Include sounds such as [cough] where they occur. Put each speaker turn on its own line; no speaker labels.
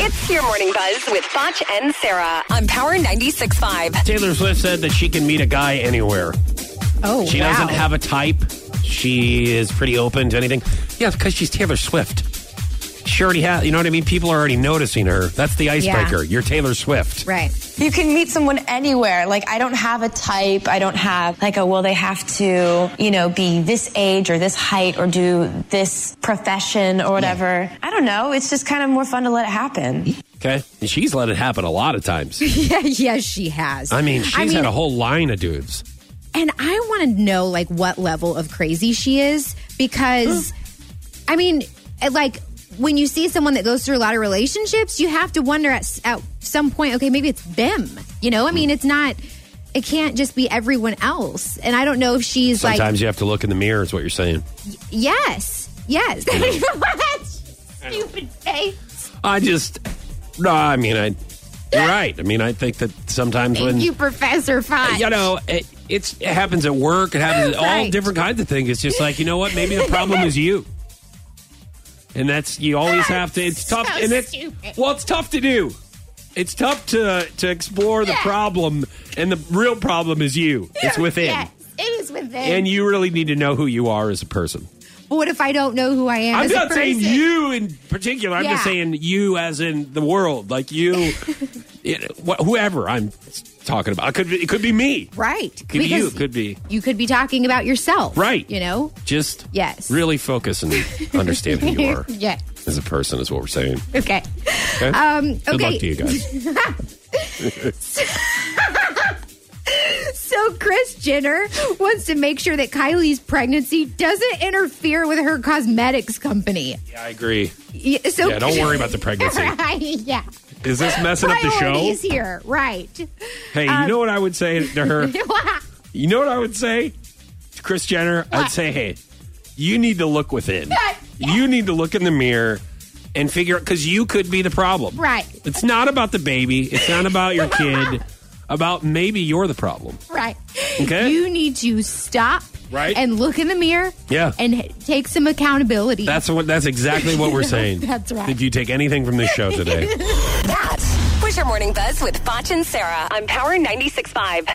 It's your morning buzz with Foch and Sarah on Power 96.5.
Taylor Swift said that she can meet a guy anywhere.
Oh,
She
wow.
doesn't have a type. She is pretty open to anything. Yeah, because she's Taylor Swift. She already has, you know what I mean? People are already noticing her. That's the icebreaker. You're Taylor Swift.
Right.
You can meet someone anywhere. Like, I don't have a type. I don't have, like, a, well, they have to, you know, be this age or this height or do this profession or whatever. I don't know. It's just kind of more fun to let it happen.
Okay. And she's let it happen a lot of
[laughs]
times.
Yeah, yes, she has.
I mean, she's had a whole line of dudes.
and I want to know like what level of crazy she is because, I mean, it- like when you see someone that goes through a lot of relationships, you have to wonder at s- at some point, okay, maybe it's them. You know, I mean, it's not. It can't just be everyone else. And I don't know if she's
Sometimes
like
you have to look in the mirror, is what you're saying.
yes, yes. [laughs] Stupid face.
I just, no, I mean, I, you're right. I mean, I think that sometimes when.
Thank you, Professor Fox.
you know, it, it's it happens at work. It
[laughs]
happens at all
Uh, Right.
different kinds of things. It's just like you know what? Maybe the problem is you, and that's you always have to.
[laughs]
It's tough,
So
and it's
stupid.
well, it's tough to do. It's tough to to explore the
Yeah.
problem, and the real problem is you. It's within,
Yes, it is within.
and you really need to know who you are as a person.
But what if I don't know who I am?
I'm
as a
not saying
person?
you in particular. I'm just
Yeah.
saying you as in the world, like
[laughs]
you, it, wh- whoever I'm talking about. It could be, it could be me.
Right.
Could be you, could be-
You could be talking about yourself.
Right.
You know?
Just
Yes.
really focus
[laughs]
and understand who you are
Yeah.
as a person is what we're saying.
Okay.
Okay.
Um, okay.
Good luck to you
[laughs]
guys.
So Chris Jenner wants to make sure that Kylie's pregnancy doesn't interfere with her cosmetics company.
yeah, I agree.
Yeah, So
Yeah, don't worry about
[laughs]
the pregnancy.
Right, yeah.
Is this messing up the
Priorities Um,
show?
here. Right.
Hey, you know what I would say to
[laughs]
her? You know what I would say to Chris Jenner? I'd
What?
say, hey, you need to look within.
Yeah.
You need to look in the mirror and figure out because you could be the problem.
Right.
It's not about the baby. It's not about
[laughs]
your kid. about maybe you're the problem.
Right.
Okay.
You need to stop.
Right.
And look in the mirror.
Yeah.
And h- take some accountability.
That's what. That's exactly what
[laughs]
we're saying.
That's right.
If you take anything from this show today.
That was your morning buzz with Foch and Sarah on Power 96.5.